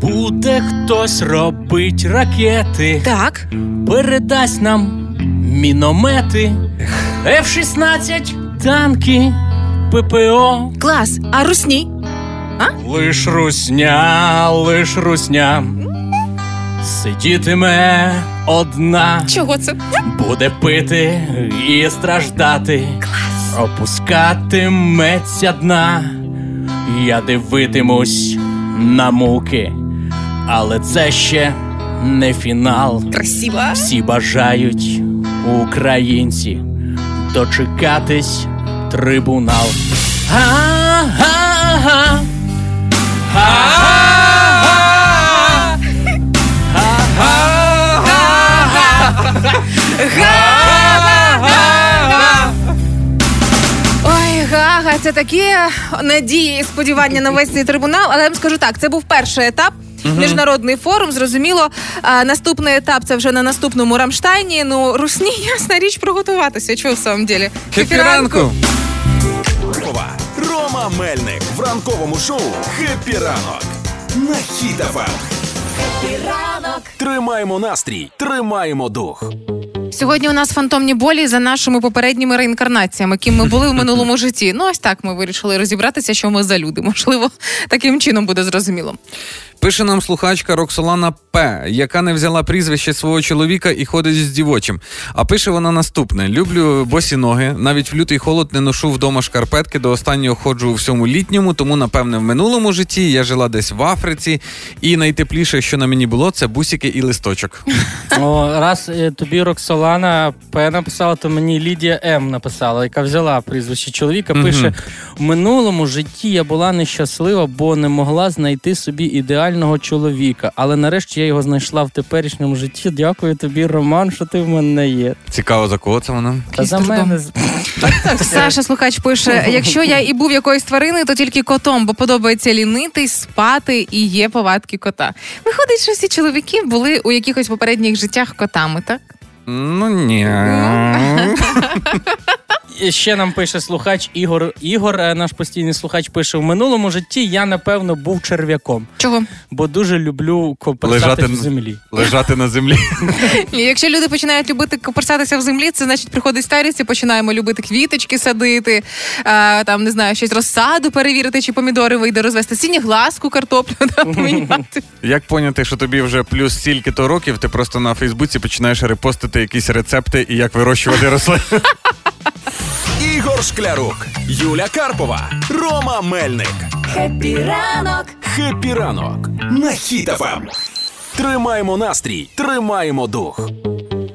Буде хтось робить ракети, так, передасть нам міномети, F-16, танки, ППО. клас. А русні Лиш русня, лиш русня сидітиме одна Чого це? буде пити і страждати. Клас. Опускатиметься дна. Я дивитимусь на муки. Але це ще не фінал. Красиво. Всі бажають українці дочекатись трибунал. Га-га-га. Га-га-га. Га-га-га. Га-га-га. Ой, гага, це такі надії і сподівання на весь цей трибунал. Але я вам скажу так: це був перший етап. Міжнародний форум, зрозуміло. А, наступний етап це вже на наступному Рамштайні. Ну, русні, (laughs) ясна річ, приготуватися. Чого в самом ділі? Кефіранку. Карпова, Рома Мельник в ранковому шоу «Хеппі ранок» на Хітафа. Тримаємо настрій, тримаємо дух. Сьогодні у нас фантомні болі за нашими попередніми реінкарнаціями, ким ми були в минулому житті. Ну, ось так ми вирішили розібратися, що ми за люди. Можливо, таким чином буде зрозуміло. Пише нам слухачка Роксолана П, яка не взяла прізвище свого чоловіка і ходить з дівочим. А пише вона наступне: люблю босі ноги. Навіть в лютий холод не ношу вдома шкарпетки. До останнього ходжу у всьому літньому, тому напевне в минулому житті я жила десь в Африці. І найтепліше, що на мені було, це бусики і листочок. О, раз е, тобі Роксолана П написала, то мені Лідія М написала, яка взяла прізвище чоловіка. Мгм. Пише: в минулому житті я була нещаслива, бо не могла знайти собі ідеального чоловіка. Але нарешті я його знайшла в теперішньому житті. Дякую тобі, Роман, що ти в мене є. Цікаво, за кого це вона? Та за трудом. мене з- Саша слухач пише: якщо я і був якоюсь твариною, то тільки котом, бо подобається лінитись, спати і є повадки кота. Виходить, що всі чоловіки були у якихось попередніх життях котами, так? Ну ні. І ще нам пише слухач Ігор. Ігор, е, наш постійний слухач, пише: в минулому житті я напевно був черв'яком, Чого? бо дуже люблю Лежати копатися в на- землі. Лежати на землі. Ні, Якщо люди починають любити копирсатися в землі, це значить приходить старість і починаємо любити квіточки садити, е, там не знаю, щось розсаду перевірити, чи помідори вийде розвести сініглазку, картоплю (laughs) да, поміняти. Як поняти, що тобі вже плюс стільки то років, ти просто на Фейсбуці починаєш репостити якісь рецепти і як вирощувати рослини. Ігор Шклярук, Юля Карпова, Рома Мельник. Хеппі ранок! на Хітафам. Тримаємо настрій, тримаємо дух.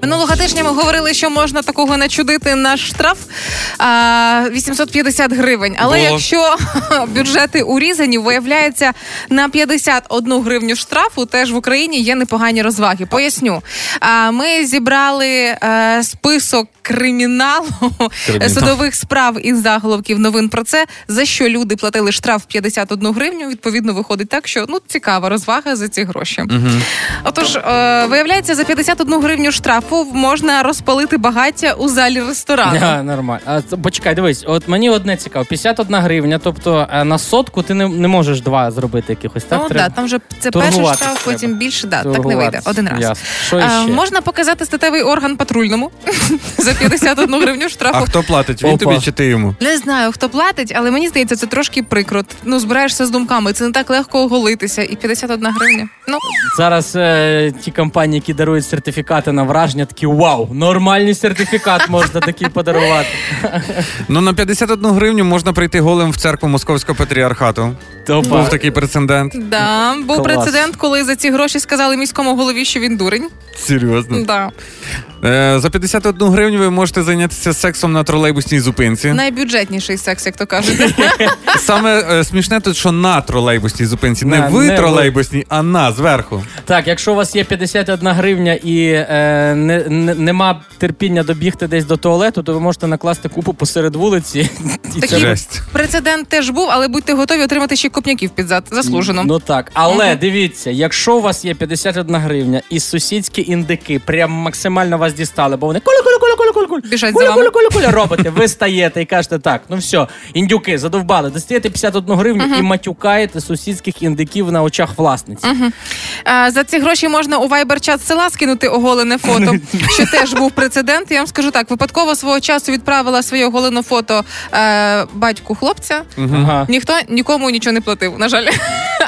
Минулого тижня ми говорили, що можна такого начудити на штраф а, 850 гривень. Але Було. якщо (laughs) бюджети урізані, виявляється на 51 гривню штрафу, теж в Україні є непогані розваги. Поясню. А, ми зібрали е, список криміналу Кримінал. судових справ і заголовків новин про це, за що люди платили штраф 51 гривню. Відповідно, виходить так, що ну цікава розвага за ці гроші. Отож, е, виявляється, за 51 гривню штрафу можна розпалити багаття у залі ресторану. Ага, нормально. А, це- почекай, дивись, от мені одне цікаво: 51 гривня, тобто е, на сотку ти не, не можеш два зробити якихось, так? ну треба? да, там вже це перший Торгуватись штраф, треба. потім більше. Да, так не вийде. Один раз. Ясно. Що Е, ще? можна показати статевий орган патрульному (laughs) за 51 гривню А штрафу. хто платить? Він Опа. тобі чи ти йому? Не знаю, хто платить, але мені здається, це трошки прикро. Ну, збираєшся з думками, це не так легко оголитися. І 51 гривня. Ну, Зараз е, ті компанії, які дарують сертифікати на враження, такі вау, нормальний сертифікат можна такий подарувати. Ну на 51 гривню можна прийти голим в церкву московського патріархату. Був такий прецедент. да, був Клас. прецедент, коли за ці гроші сказали міському голові, що він дурень. Серйозно. Да. Е, за 51 гривню ви можете зайнятися сексом на тролейбусній зупинці. Найбюджетніший секс, як то кажуть. (laughs) Саме е, смішне тут, що на тролейбусній зупинці. Не, Не, ви не ви. тролейбусній, а на зверху. Так, якщо у вас є 51 гривня і е, не, не, нема терпіння добігти десь до туалету, то ви можете накласти купу посеред вулиці. І це Такий вже- Жесть. Прецедент теж був, але будьте готові отримати ще копняків під зад. Заслужено. Ну так, але Мгм. дивіться, якщо у вас є 51 гривня і сусідські індики прям максимально вас дістали, бо вони куля куля куля куля куля куля Біжать за куля вами. куля куля куля робите. Ви стаєте і кажете так, ну все, індюки задовбали, достаєте 51 гривню і матюкаєте сусідських індиків на очах власниці. (laughs) А, за ці гроші можна у вайбер-чат села скинути оголене фото. що теж був прецедент. Я вам скажу так: випадково свого часу відправила своє голене фото е, батьку хлопця. Ага. Ніхто нікому нічого не платив, на жаль.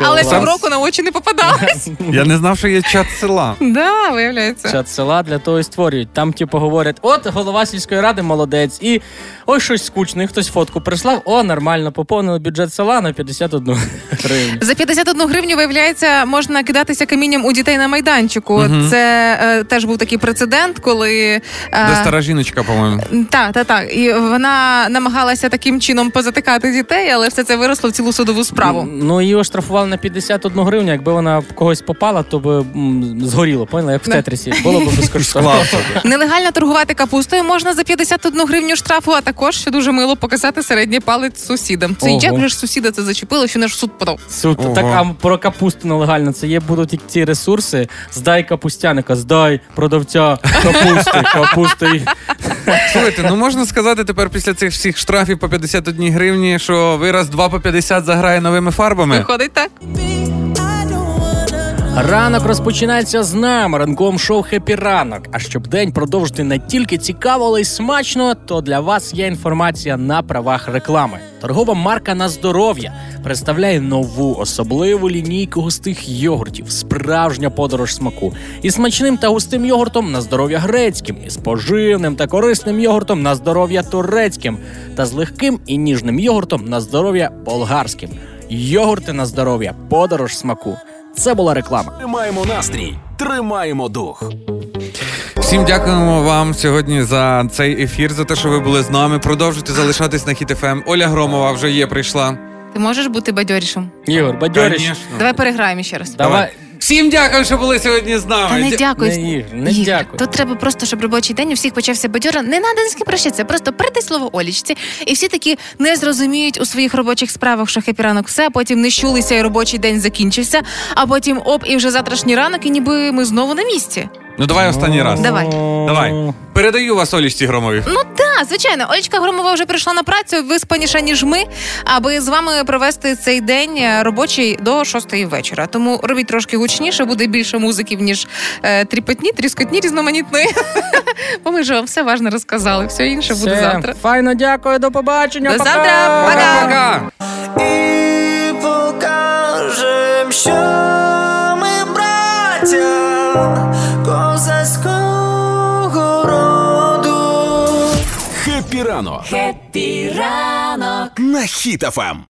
Але Клас. півроку на очі (laughs) не попадалось. Я не знав, що є чат села. Да, виявляється. Чат села для того і створюють. Там, типу, говорять: от голова сільської ради молодець, і ось щось скучне, і хтось фотку прислав. О, нормально, поповнили бюджет села на 51 гривню. За 51 гривню, виявляється, можна кидатися камінням у дітей на майданчику. Це е, теж був такий прецедент, коли е, Де стара жіночка, по-моєму. Та, та, та. І вона намагалася таким чином позатикати дітей, але все це виросло в цілу судову справу. Ну, її оштрафували на 51 гривню. Якби вона в когось попала, то б м, згоріло, поняла? Як в Да. тетрісі. Було б безкоштовно. Нелегально торгувати капустою можна за 51 гривню штрафу, а також що дуже мило показати середній палець сусідам. Це Ого. як же ж сусіда це зачепило, що наш суд подав. Суд Ого. так а про капусту нелегально. Це є будуть як ці ресурси. Здай капустяника, здай продавця капусти, капусти. Слухайте, ну можна сказати тепер після цих всіх штрафів по 51 гривні, що вираз 2 по 50 заграє новими фарбами. Виходить так. Ранок розпочинається з нами. Ранком шоу «Хеппі ранок. А щоб день продовжити не тільки цікаво, але й смачно, то для вас є інформація на правах реклами. Торгова марка на здоров'я представляє нову особливу лінійку густих йогуртів. Справжня подорож смаку. І смачним та густим йогуртом на здоров'я грецьким, і з поживним та корисним йогуртом на здоров'я турецьким, та з легким і ніжним йогуртом на здоров'я болгарським. Йогурти на здоров'я, подорож смаку. Це була реклама. Тримаємо настрій, тримаємо дух. Всім дякуємо вам сьогодні за цей ефір, за те, що ви були з нами. Продовжуйте залишатись на Хіт ФМ. Оля Громова вже є, прийшла. Ти можеш бути бадьорішим. Ігор, бадьоріш. Давай переграємо ще раз. Давай. Всім дякую, що були сьогодні з нами. Та не дякую. Не, Ігор, не Ігор, дякую. Тут треба просто, щоб робочий день у всіх почався бадьоро. Не треба з ким прощатися, просто передай слово Олічці. І всі такі не зрозуміють у своїх робочих справах, що хепі ранок все, а потім не щулися і робочий день закінчився, а потім оп, і вже завтрашній ранок, і ніби ми знову на місці. Ну давай останній раз. Давай. ну, Давай. Передаю вас Олічці Громові. Ну да, звичайно, Олічка Громова вже прийшла на працю, виспаніша ніж ми, аби з вами провести цей день е, робочий до шостої вечора. Тому робіть трошки гучніше, буде більше музиків, ніж е, тріпотні, тріскотні різноманітної. (laughs) Бо ми ж вам все важне розказали. Все інше буде Все. завтра. Файно, дякую, до побачення. До Пока. завтра. Пока. Пока. І покажем, що ми браття козацького роду. Хеппі ранок. Хеппі ранок. На хітафам.